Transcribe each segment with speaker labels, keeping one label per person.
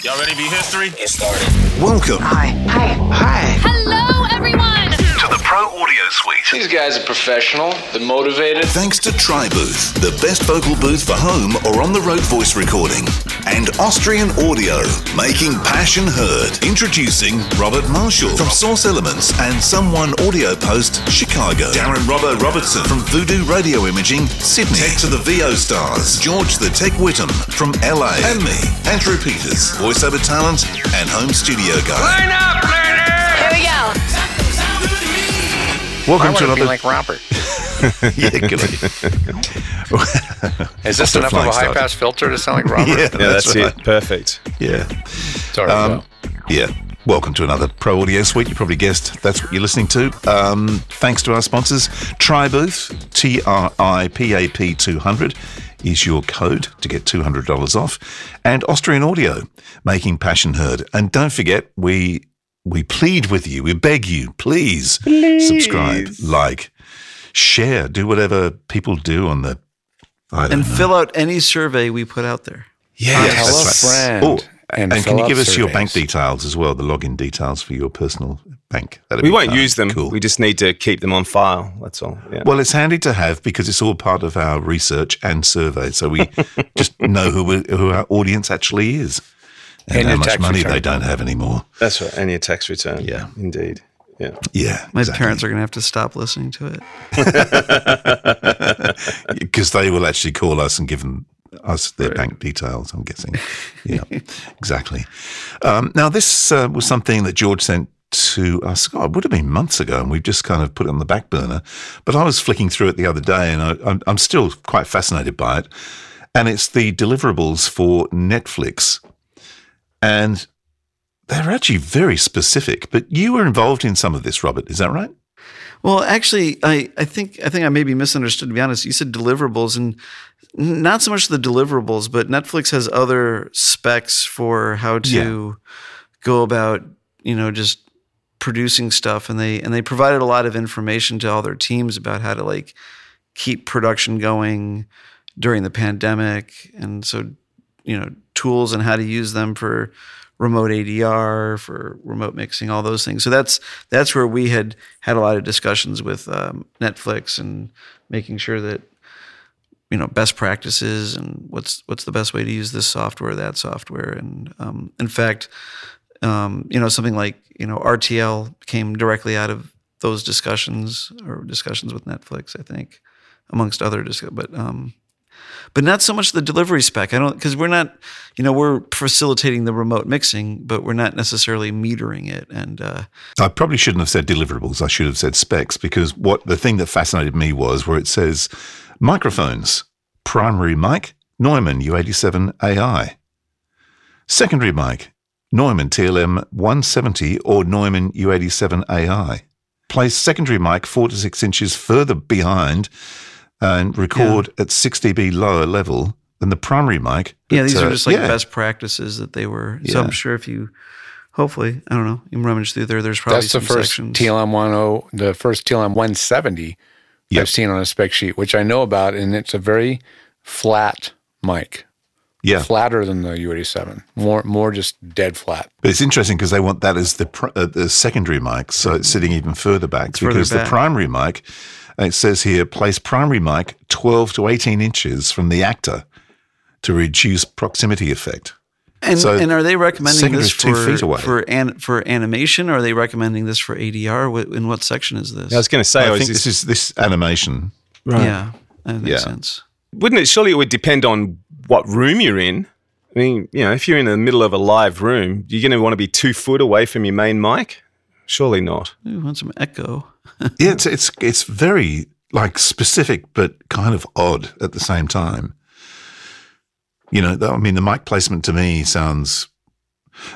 Speaker 1: Y'all ready to be history?
Speaker 2: Get started.
Speaker 3: Welcome
Speaker 4: Hi. Hi. Hi.
Speaker 5: Hello, everyone.
Speaker 6: to the Pro Audio Suite.
Speaker 2: These guys are professional. They're motivated.
Speaker 3: thanks to TriBooth, the best vocal booth for home or on the road voice recording, and Austrian Audio, making passion heard. Introducing Robert Marshall from Source Elements and Someone Audio Post, Chicago. Darren Robbo Robertson from Voodoo Radio Imaging, Sydney. Tech to the VO Stars, George the Tech Whittam from LA, and me, Andrew Peters, voiceover talent and home studio guy.
Speaker 5: Here we go.
Speaker 7: Welcome to
Speaker 4: I want
Speaker 7: another.
Speaker 4: to be like Robert.
Speaker 7: yeah, good idea.
Speaker 4: Is this
Speaker 7: That's a
Speaker 4: enough of
Speaker 7: flying
Speaker 4: a high
Speaker 7: start.
Speaker 4: pass filter to sound like Robert?
Speaker 7: yeah,
Speaker 8: Yeah, that's,
Speaker 7: right.
Speaker 8: it. Perfect.
Speaker 7: Yeah,
Speaker 4: Sorry.
Speaker 7: um, yeah. Welcome to another Pro Audio Suite. You probably guessed that's what you're listening to. Um, thanks to our sponsors, TriBooth, T R I P A P 200 is your code to get $200 off, and Austrian Audio, making passion heard. And don't forget, we we plead with you, we beg you, please, subscribe, like, share, do whatever people do on the. I don't
Speaker 9: and
Speaker 7: know.
Speaker 9: fill out any survey we put out there.
Speaker 7: Yes,
Speaker 4: Tell
Speaker 7: that's
Speaker 4: a friend
Speaker 7: Oh, and,
Speaker 4: and
Speaker 7: can
Speaker 4: fill
Speaker 7: you
Speaker 4: out
Speaker 7: give us your bank
Speaker 4: surveys.
Speaker 7: details as well, the login details for your personal bank? That'd
Speaker 8: We
Speaker 7: be
Speaker 8: won't
Speaker 7: fun.
Speaker 8: use them.
Speaker 7: Cool.
Speaker 8: We just need to keep them on file. That's all. Yeah.
Speaker 7: well, it's handy to have because it's all part of our research and survey, so we just know who we, who our audience actually is and,
Speaker 4: And
Speaker 7: how
Speaker 4: your
Speaker 7: much
Speaker 4: tax
Speaker 7: money
Speaker 4: return.
Speaker 7: they don't have anymore.
Speaker 8: that's right. And your tax return.
Speaker 7: Yeah.
Speaker 8: Indeed. Yeah.
Speaker 7: Yeah,
Speaker 9: My parents are going to have to stop listening to it.
Speaker 7: because they will actually call us and give them us their bank details. I'm guessing. Yeah, exactly. Um, now this uh, was something that George sent to us. God, it would have been months ago, and we've just kind of put it on the back burner. But I was flicking through it the other day, and I, I'm, I'm still quite fascinated by it. And it's the deliverables for Netflix, and they're actually very specific. But you were involved in some of this, Robert. Is that right?
Speaker 9: Well, actually, I, I think I think I may be misunderstood. To be honest, you said deliverables, and n- not so much the deliverables, but Netflix has other specs for how to go about, you know, just producing stuff, and they and they provided a lot of information to all their teams about how to like keep production going during the pandemic, and so you know tools and how to use them for remote ADR for remote mixing, all those things. So that's that's where we had had a lot of discussions with um, Netflix and making sure that you know best practices and what's what's the best way to use this software, that software, and um, in fact, um, you know something like you know RTL came directly out of those discussions or discussions with Netflix, I think, amongst other discuss, but. Um, but not so much the delivery spec. I don't because we're not, you know, we're facilitating the remote mixing, but we're not necessarily metering it. And uh,
Speaker 7: I probably shouldn't have said deliverables. I should have said specs because what the thing that fascinated me was where it says microphones, primary mic, Neumann U87 AI, secondary mic, Neumann TLM 170 or Neumann U87 AI. Place secondary mic four to six inches further behind and record at 6 dB lower level than the primary mic.
Speaker 9: yeah,
Speaker 7: But,
Speaker 9: these
Speaker 7: uh,
Speaker 9: are just like
Speaker 7: yeah.
Speaker 9: best practices that they were. So I'm
Speaker 7: Yeah.
Speaker 9: sure if you, hopefully, I don't know, you rummage through there. There's probably
Speaker 4: That's the
Speaker 9: some
Speaker 4: first
Speaker 9: sections.
Speaker 4: TLM 10, oh, the first TLM 170
Speaker 7: Yep.
Speaker 4: I've seen on a spec sheet, which I know about, and it's a very flat mic,
Speaker 7: Yeah.
Speaker 4: flatter than the U87, more more just dead flat.
Speaker 7: But it's interesting because they want that as the pr- uh, the secondary mic, so it's sitting even further back
Speaker 9: further
Speaker 7: because
Speaker 9: back.
Speaker 7: the primary mic. uh, It says here, place primary mic twelve to eighteen inches from the actor to reduce proximity effect.
Speaker 9: And,
Speaker 7: So
Speaker 9: and are they recommending
Speaker 7: second
Speaker 9: this
Speaker 7: is two
Speaker 9: for
Speaker 7: feet away.
Speaker 9: for an, for animation? Or are they recommending this for ADR? What, in what section is this?
Speaker 8: I was going to say,
Speaker 7: I
Speaker 8: I was
Speaker 7: think
Speaker 8: just-
Speaker 7: this is this animation.
Speaker 9: yeah, that makes
Speaker 7: Yeah.
Speaker 9: sense.
Speaker 8: wouldn't it? Surely it would depend on what room you're in. I mean, you know, if you're in the middle of a live room, you're going to want to be two foot away from your main mic. Surely not.
Speaker 9: Ooh, want some echo?
Speaker 7: Yeah, it's it's it's very like specific, but kind of odd at the same time. You know, I mean, the mic placement to me sounds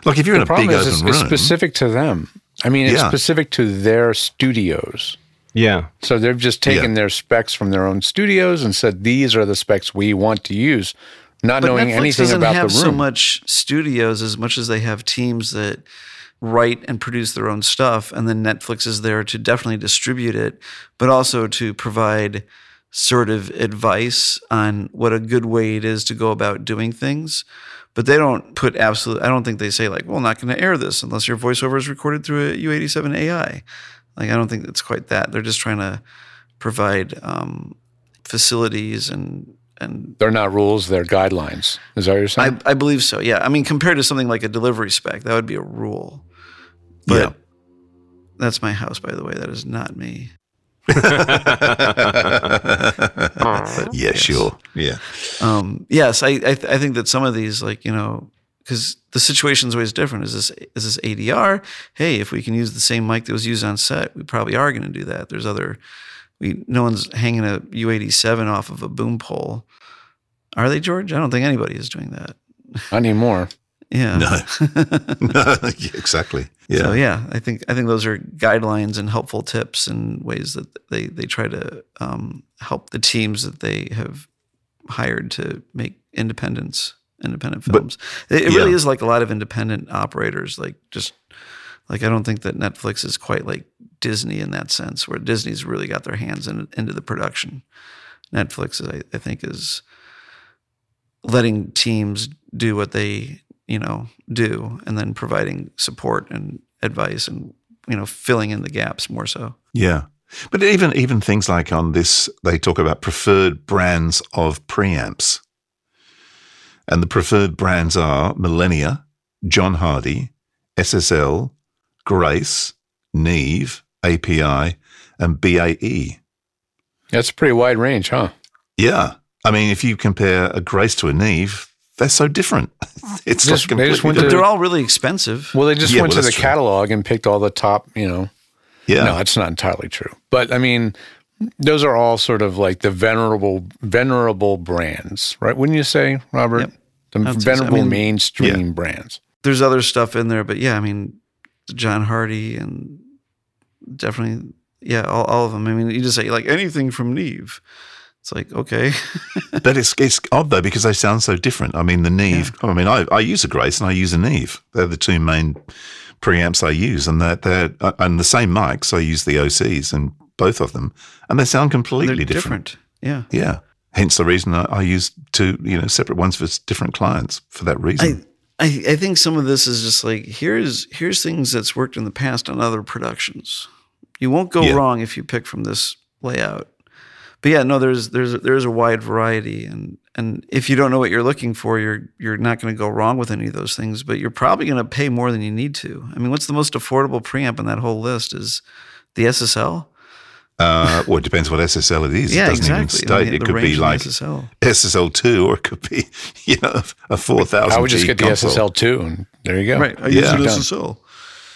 Speaker 7: like if you're in a big
Speaker 4: it's,
Speaker 7: open
Speaker 4: it's
Speaker 7: room.
Speaker 4: specific to them. I mean, it's
Speaker 7: Yeah.
Speaker 4: specific to their studios.
Speaker 8: Yeah.
Speaker 4: So they've just taken their specs from their own studios and said these are the specs we want to use, not
Speaker 9: But
Speaker 4: knowing
Speaker 9: Netflix
Speaker 4: anything
Speaker 9: doesn't
Speaker 4: about the room.
Speaker 9: have so much studios as much as they have teams that write and produce their own stuff, and then Netflix is there to definitely distribute it, but also to provide sort of advice on what a good way it is to go about doing things. But they don't put absolute, I don't think they say, like, well, not going to air this unless your voiceover is recorded through a U87 AI. Like, I don't think it's quite that. They're just trying to provide um, facilities and, and
Speaker 4: They're not rules, they're guidelines. Is that what you're
Speaker 9: I,
Speaker 4: saying?
Speaker 9: I believe so. Yeah. I mean, compared to something like a delivery spec, that would be a rule. But
Speaker 7: Yeah.
Speaker 9: that's my house, by the way. That is not me.
Speaker 7: Yeah, sure. Yeah.
Speaker 9: Um, yes, I I, th- I think that some of these, like you know, because the situation's always different. Is this is this ADR? Hey, if we can use the same mic that was used on set, we probably are going to do that. There's other, we no one's hanging a U87 off of a boom pole, are they, George? I don't think anybody is doing that.
Speaker 4: I need more.
Speaker 9: Yeah.
Speaker 7: No. Yeah, exactly. Yeah.
Speaker 9: So yeah, I think I think those are guidelines and helpful tips and ways that they they try to um, help the teams that they have hired to make independence independent films. it it really
Speaker 7: yeah.
Speaker 9: is like a lot of independent operators. Like just like I don't think that Netflix is quite like Disney in that sense, where Disney's really got their hands in, into the production. Netflix, I, I think, is letting teams do what they you know do and then providing support and advice and you know filling in the gaps more so
Speaker 7: Yeah. But even even things like on this, they talk about preferred brands of preamps. And the preferred brands are Millennia, John Hardy, SSL, Grace, Neve, API, and BAE.
Speaker 4: That's a pretty wide range, huh?
Speaker 7: Yeah. I mean, if you compare a Grace to a Neve, they're so different. It's
Speaker 4: Just-
Speaker 7: like
Speaker 4: they just
Speaker 7: completely
Speaker 4: went to-
Speaker 9: but
Speaker 7: different.
Speaker 9: they're all really expensive
Speaker 4: Well, they just
Speaker 7: Yeah,
Speaker 4: went
Speaker 7: well,
Speaker 4: to the
Speaker 7: that's true.
Speaker 4: catalog and picked all the top, you know.
Speaker 7: yeah.
Speaker 4: No, that's not entirely true. But I mean, those are all sort of like the venerable venerable brands, right? Wouldn't you say, Robert?
Speaker 9: Yep.
Speaker 4: The
Speaker 9: I'd say so. I
Speaker 4: venerable
Speaker 9: mean-
Speaker 4: mainstream brands.
Speaker 9: there's other stuff in there but yeah i mean john hardy and definitely yeah all, all of them i mean you just say like anything from neve it's like okay
Speaker 7: But it's it's odd though because they sound so different. I mean, the Neve. I mean, I, I use a Grace and I use a Neve. They're the two main preamps I use, and they're, they're uh, and the same mics. I use the OCs and both of them, and they sound
Speaker 9: they're
Speaker 7: completely different.
Speaker 9: different yeah
Speaker 7: Yeah. Hence the reason I, I use two you know separate ones for s- different clients for that reason.
Speaker 9: I, I I think some of this is just like here's here's things that's worked in the past on other productions. You won't go
Speaker 7: Yeah.
Speaker 9: wrong if you pick from this layout. But yeah, no, there's there's there's a wide variety, and and if you don't know what you're looking for, you're you're not going to go wrong with any of those things. But you're probably going to pay more than you need to. I mean, what's the most affordable preamp in that whole list is the SSL.
Speaker 7: uh, well, it depends what SSL it is.
Speaker 9: yeah,
Speaker 7: it doesn't even
Speaker 9: exactly. I mean,
Speaker 7: state. It
Speaker 9: the
Speaker 7: could
Speaker 9: range
Speaker 7: be
Speaker 9: of the
Speaker 7: like
Speaker 9: SSL.
Speaker 7: SSL two, or it could be you know a four thousand.
Speaker 4: I would just get the SSL two, and there you go.
Speaker 9: Right. I
Speaker 7: use Yeah. an
Speaker 9: use an
Speaker 4: Done.
Speaker 9: SSL.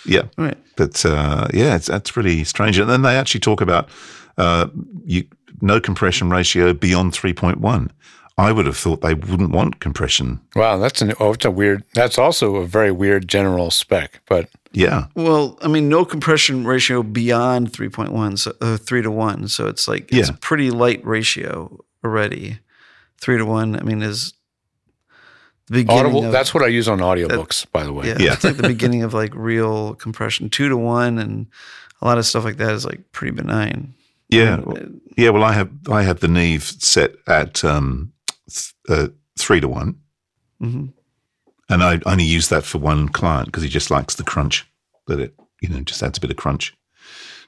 Speaker 7: Yeah.
Speaker 9: Right.
Speaker 7: But uh, yeah, it's, that's pretty strange. And then they actually talk about uh, you, no compression ratio beyond 3.1. I would have thought they wouldn't want compression.
Speaker 4: Wow, that's an oh, it's a weird. That's also a very weird general spec, but
Speaker 7: Yeah.
Speaker 9: Well, I mean, no compression ratio beyond 3.1, so, uh, 3 to 1. So it's like, it's
Speaker 7: Yeah.
Speaker 9: a pretty light ratio already. 3 to 1, I mean, is the beginning
Speaker 4: audible.
Speaker 9: of,
Speaker 4: that's what I use on audiobooks, by the way.
Speaker 9: yeah,
Speaker 7: Yeah.
Speaker 9: it's like the beginning of like real compression. 2 to 1 and a lot of stuff like that is like pretty benign.
Speaker 7: Yeah.
Speaker 9: uh,
Speaker 7: yeah. Well, I have I have the Neve set at um, th- uh, three to one.
Speaker 9: Mm-hmm.
Speaker 7: And I only use that for one client because he just likes the crunch that it, you know, just adds a bit of crunch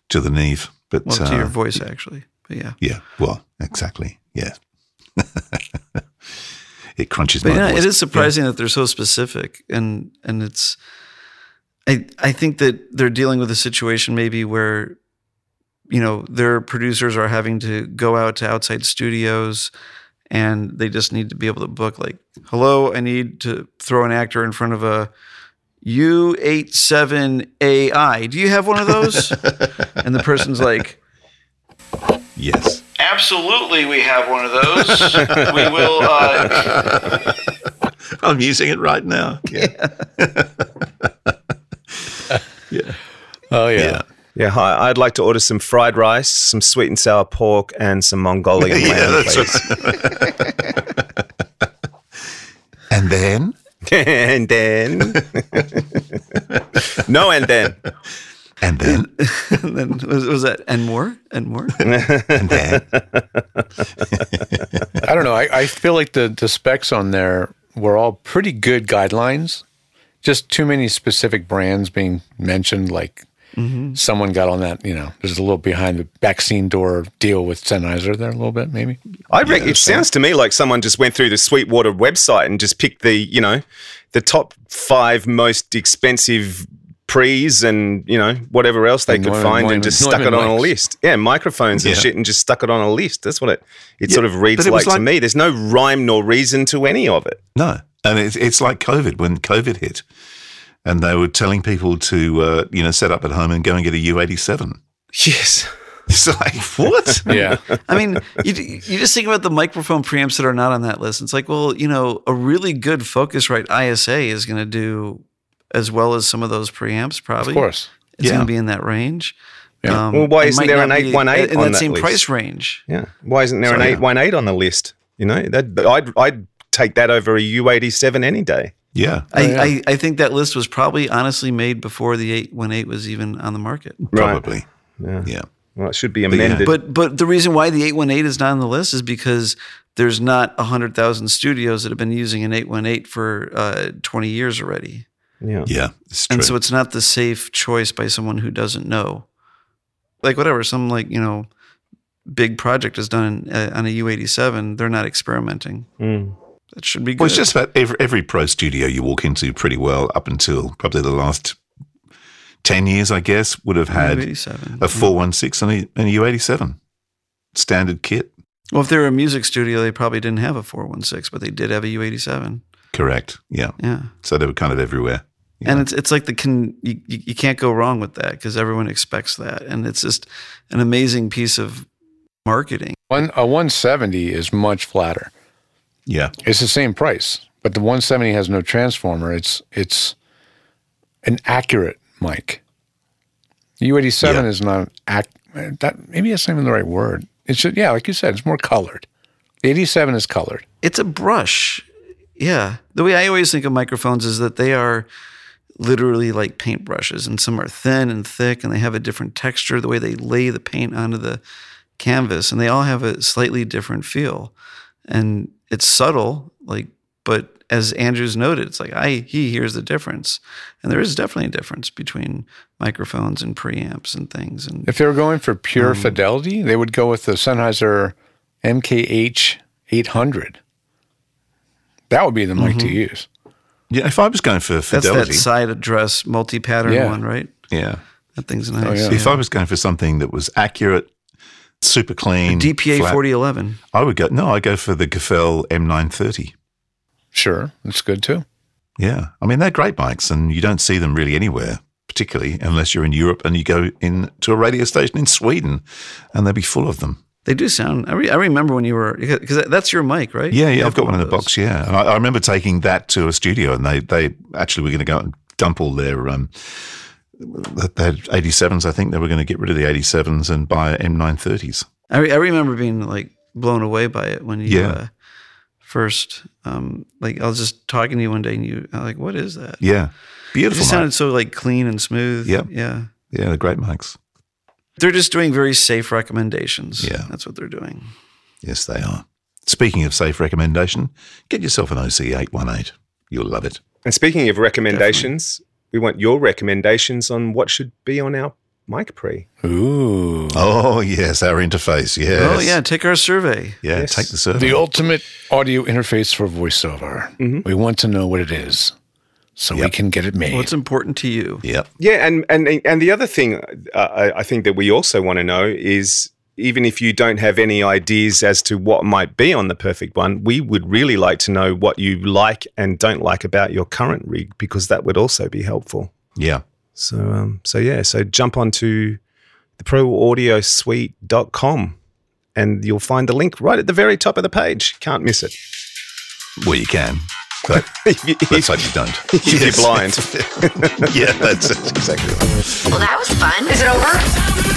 Speaker 7: to the Neve. But
Speaker 9: Well, to
Speaker 7: uh,
Speaker 9: your voice, actually. But yeah.
Speaker 7: Yeah. Well, exactly. Yeah. it crunches
Speaker 9: But
Speaker 7: my
Speaker 9: yeah,
Speaker 7: voice.
Speaker 9: it is surprising that they're so specific, and and it's, I I think that they're dealing with a situation maybe where, you know, their producers are having to go out to outside studios, and they just need to be able to book like, hello, I need to throw an actor in front of a. U87 AI. Do you have one of those? and the person's like,
Speaker 7: Yes.
Speaker 9: Absolutely, we have one of those. we will uh,
Speaker 7: I'm using it right now. Yeah.
Speaker 4: Oh yeah.
Speaker 7: Yeah.
Speaker 8: Yeah, hi. I'd like to order some fried rice, some sweet and sour pork, and some Mongolian
Speaker 7: Yeah,
Speaker 8: lamb,
Speaker 7: that's
Speaker 8: please.
Speaker 7: And then
Speaker 8: and then, no, and then.
Speaker 7: And then,
Speaker 9: and then was, was that and more and more?
Speaker 7: and then,
Speaker 4: I don't know. I, I feel like the, the specs on there were all pretty good guidelines. Just too many specific brands being mentioned. Like someone got on that, you know, there's a little behind the vaccine door deal with Sennheiser there a little bit, maybe.
Speaker 8: I reckon it sounds to me like someone just went through the Sweetwater website and just picked the, you know, the top five most expensive pre's and, you know, whatever else they
Speaker 4: And
Speaker 8: could
Speaker 4: not-
Speaker 8: find
Speaker 4: not even-
Speaker 8: and just
Speaker 4: not
Speaker 8: stuck it
Speaker 4: even
Speaker 8: on a
Speaker 4: mics.
Speaker 8: list. Yeah, microphones and
Speaker 7: Yeah.
Speaker 8: shit and just stuck it on a list. That's what it, it
Speaker 7: Yeah,
Speaker 8: sort of reads
Speaker 7: but it was
Speaker 8: like, to
Speaker 7: like-
Speaker 8: me. There's no rhyme nor reason to any of it.
Speaker 7: no. And it's, it's like COVID when COVID hit and they were telling people to, uh, you know, set up at home and go and get a U87.
Speaker 8: Yes.
Speaker 7: It's like, what?
Speaker 4: Yeah.
Speaker 9: I mean, you, you just think about the microphone preamps that are not on that list. It's like, well, you know, a really good Focusrite ISA is going to do as well as some of those preamps, probably.
Speaker 4: of course.
Speaker 9: it's
Speaker 7: Yeah.
Speaker 9: going to be in that range.
Speaker 4: Yeah.
Speaker 9: Um,
Speaker 8: Well, why
Speaker 9: it
Speaker 8: isn't
Speaker 9: might
Speaker 8: there
Speaker 9: not
Speaker 8: an
Speaker 9: be
Speaker 8: 818
Speaker 9: in
Speaker 8: on
Speaker 9: that
Speaker 8: that
Speaker 9: same
Speaker 8: list?
Speaker 9: price range?
Speaker 8: Yeah. Why isn't there an
Speaker 7: So-
Speaker 8: 818 on the list? You know, that I'd, I'd take that over a U87 any day.
Speaker 7: yeah.
Speaker 8: Oh,
Speaker 9: I, I, I think that list was probably honestly made before the 818 was even on the market.
Speaker 7: Probably. Yeah.
Speaker 8: Well, it should be
Speaker 7: yeah.
Speaker 8: amended.
Speaker 9: But but the reason why the 818 is not on the list is because there's not 100,000 studios that have been using an 818 for uh, 20 years already.
Speaker 8: yeah.
Speaker 7: Yeah. It's true.
Speaker 9: And so it's not the safe choice by someone who doesn't know. Like whatever, some like, you know, big project is done uh, on a U87, they're not experimenting.
Speaker 8: Mm.
Speaker 9: That should be good.
Speaker 7: well, it's just about every, every pro studio you walk into pretty well up until probably the last 10 years, I guess, would have had
Speaker 9: U87.
Speaker 7: a 416 and a, and a U87 standard kit.
Speaker 9: Well, if they were a music studio, they probably didn't have a 416, but they did have a U87.
Speaker 7: Correct. Yeah.
Speaker 9: Yeah.
Speaker 7: So they were kind of everywhere.
Speaker 9: And it's it's like the can you, you you can't go wrong with that because everyone expects that, and it's just an amazing piece of marketing.
Speaker 4: One, a 170 is much flatter.
Speaker 7: Yeah.
Speaker 4: It's the same price, but the 170 has no transformer. It's it's an accurate mic. The U87
Speaker 7: Yeah.
Speaker 4: is not an ac- that maybe that's not even the right word. It should yeah, like you said, it's more colored. The 87 is colored.
Speaker 9: It's a brush, yeah. The way I always think of microphones is that they are literally like paintbrushes, and some are thin and thick, and they have a different texture. The way they lay the paint onto the canvas, and they all have a slightly different feel, and it's subtle, like. But as Andrews noted, it's like I he hears the difference, and there is definitely a difference between microphones and preamps and things. And
Speaker 4: If they were going for pure fidelity, they would go with the Sennheiser MKH 800. That would be the mic to use.
Speaker 7: Yeah. If I was going for
Speaker 9: that's
Speaker 7: fidelity,
Speaker 9: that side address multi-pattern
Speaker 4: Yeah. Oh,
Speaker 9: one, right?
Speaker 7: yeah.
Speaker 9: That thing's nice.
Speaker 4: yeah.
Speaker 7: If I was going for something that was accurate, super clean,
Speaker 9: DPA
Speaker 7: flat,
Speaker 9: forty eleven.
Speaker 7: I would go. No, I go for the Gefell M930.
Speaker 4: Sure, that's good too.
Speaker 7: Yeah, I mean they're great mics, and you don't see them really anywhere, particularly unless you're in Europe and you go in to a radio station in Sweden, and they'll be full of them.
Speaker 9: They do sound. I, re, I remember when you were because that's your mic, right?
Speaker 7: Yeah, yeah,
Speaker 9: You
Speaker 7: I've got
Speaker 9: have
Speaker 7: one in the
Speaker 9: of those.
Speaker 7: box. Yeah, and I, I remember taking that to a studio, and they they actually were going to go out and dump all their um, they had 87s. I think they were going to get rid of the 87s and buy M930s.
Speaker 9: I, re, I remember being like blown away by it when you
Speaker 7: Yeah.
Speaker 9: uh, first. Um, like I was just talking to you one day, and you I'm like, what is that?
Speaker 7: Yeah,
Speaker 9: It
Speaker 7: beautiful.
Speaker 9: just
Speaker 7: mics.
Speaker 9: sounded so like clean and smooth.
Speaker 7: Yep.
Speaker 9: Yeah.
Speaker 7: yeah, they're great mics.
Speaker 9: They're just doing very safe recommendations.
Speaker 7: Yeah.
Speaker 9: That's what they're doing.
Speaker 7: Yes, they are. Speaking of safe recommendation, get yourself an OC818. You'll love it.
Speaker 8: And speaking of recommendations, we want your recommendations on what should be on our mic pre.
Speaker 4: Ooh.
Speaker 7: Oh, yes, our interface. Yes.
Speaker 9: Oh yeah, take our survey.
Speaker 7: Yeah,
Speaker 8: Yes.
Speaker 7: take the survey.
Speaker 4: The ultimate audio interface for voiceover. We want to know what it is so we
Speaker 7: Yep.
Speaker 4: can get it made.
Speaker 9: What's important to you?
Speaker 7: yep.
Speaker 8: Yeah, and and and the other thing uh, I, I think that we also want to know is even if you don't have any ideas as to what might be on the perfect one, we would really like to know what you like and don't like about your current rig because that would also be helpful.
Speaker 7: Yeah.
Speaker 8: So um, so yeah, so jump onto theproaudiosuite.com and you'll find the link right at the very top of the page. Can't miss it.
Speaker 7: Well, you can, but
Speaker 8: If you-
Speaker 7: let's hope you don't.
Speaker 8: if you're blind.
Speaker 7: yeah, that's it. Exactly right.
Speaker 1: Well, that was fun. Is it over?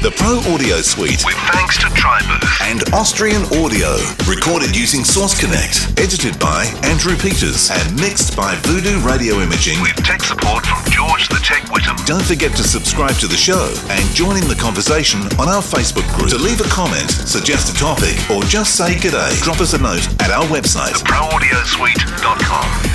Speaker 7: the Pro Audio Suite,
Speaker 10: With thanks to Tribooth.
Speaker 7: and Austrian Audio. Recorded using Source Connect. Edited by Andrew Peters and mixed by Voodoo Radio Imaging.
Speaker 10: With tech support from George the Tech Whittam.
Speaker 7: Don't forget to subscribe to the show and join in the conversation on our Facebook group. To leave a comment, suggest a topic, or just say g'day, drop us a note at our website.
Speaker 10: ProAudioSuite.com.